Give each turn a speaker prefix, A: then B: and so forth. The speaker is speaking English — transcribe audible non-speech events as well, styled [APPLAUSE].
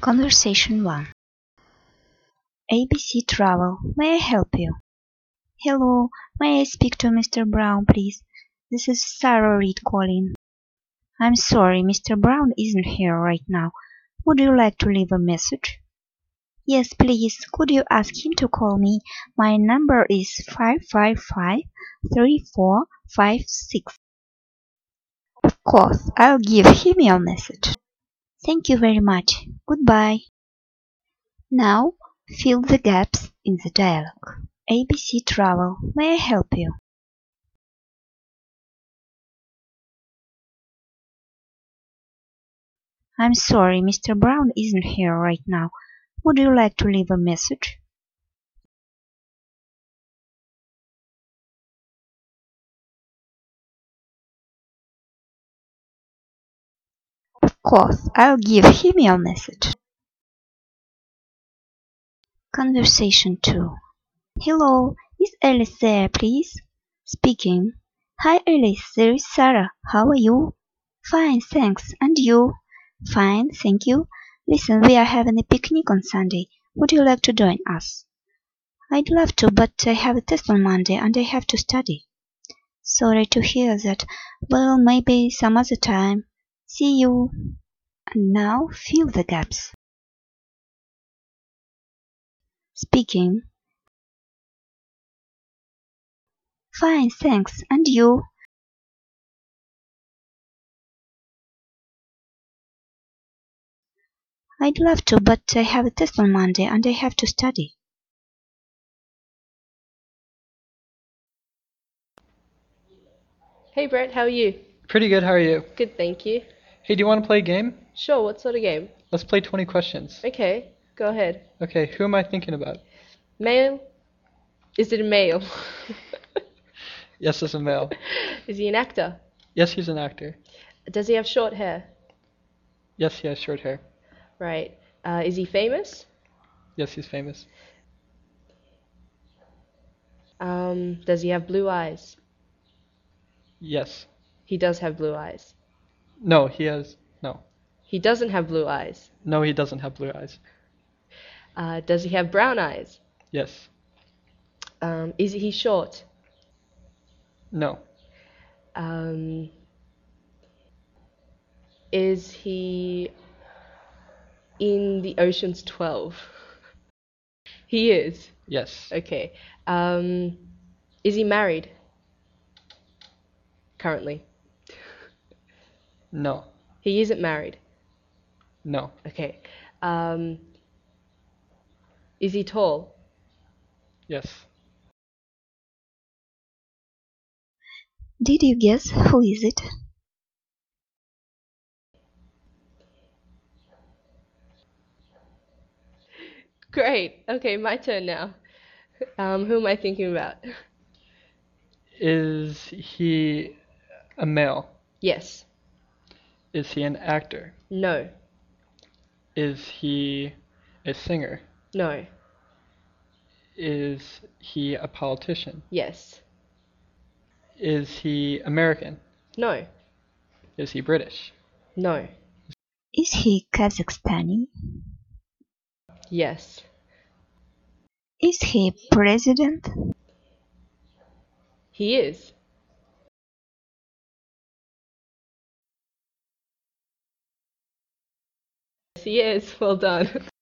A: Conversation 1 ABC Travel, may I help you?
B: Hello, may I speak to Mr. Brown, please? This is Sarah Reed calling.
A: I'm sorry, Mr. Brown isn't here right now. Would you like to leave a message?
B: Yes, please. Could you ask him to call me? My number is 555 3456.
A: Of course, I'll give him your message.
B: Thank you very much. Goodbye.
A: Now, fill the gaps in the dialogue. ABC Travel, may I help you? I'm sorry, Mr. Brown isn't here right now. Would you like to leave a message? Of course, I'll give him your message. Conversation 2
B: Hello, is Alice there, please?
A: Speaking.
B: Hi, Alice. There is Sarah. How are you?
C: Fine, thanks. And you?
B: Fine, thank you. Listen, we are having a picnic on Sunday. Would you like to join us?
C: I'd love to, but I have a test on Monday and I have to study.
B: Sorry to hear that. Well, maybe some other time. See you.
A: And now fill the gaps. Speaking.
B: Fine, thanks. And you?
C: I'd love to, but I have a test on Monday and I have to study.
D: Hey Brett, how are you?
E: Pretty good, how are you?
D: Good, thank you.
E: Hey, do you want to play a game?
D: Sure, what sort of game?
E: Let's play 20 questions.
D: Okay, go ahead.
E: Okay, who am I thinking about?
D: Male? Is it a male? [LAUGHS]
E: yes, it's a male.
D: Is he an actor?
E: Yes, he's an actor.
D: Does he have short hair?
E: Yes, he has short hair.
D: Right. Uh, is he famous?
E: Yes, he's famous.
D: Um, does he have blue eyes?
E: Yes.
D: He does have blue eyes.
E: No, he has. No.
D: He doesn't have blue eyes.
E: No, he doesn't have blue eyes.
D: Uh, does he have brown eyes?
E: Yes.
D: Um, is he short?
E: No.
D: Um, is he in the Ocean's 12? [LAUGHS] he is.
E: Yes.
D: Okay. Um, is he married? Currently.
E: No.
D: He isn't married.
E: No.
D: Okay. Um, is he tall? [LAUGHS]
E: Yes.
B: Did you guess who is it?
D: Great. Okay, my turn now. [LAUGHS] Um, who am I thinking about? [LAUGHS]
E: Is he a male?
D: Yes.
E: Is he an actor?
D: No.
E: Is he a singer?
D: No.
E: Is he a politician?
D: Yes.
E: Is he American?
D: No.
E: Is he British?
D: No.
B: Is he Kazakhstani?
D: Yes.
B: Is he president?
D: He is. Yes, he is. Well done. [LAUGHS]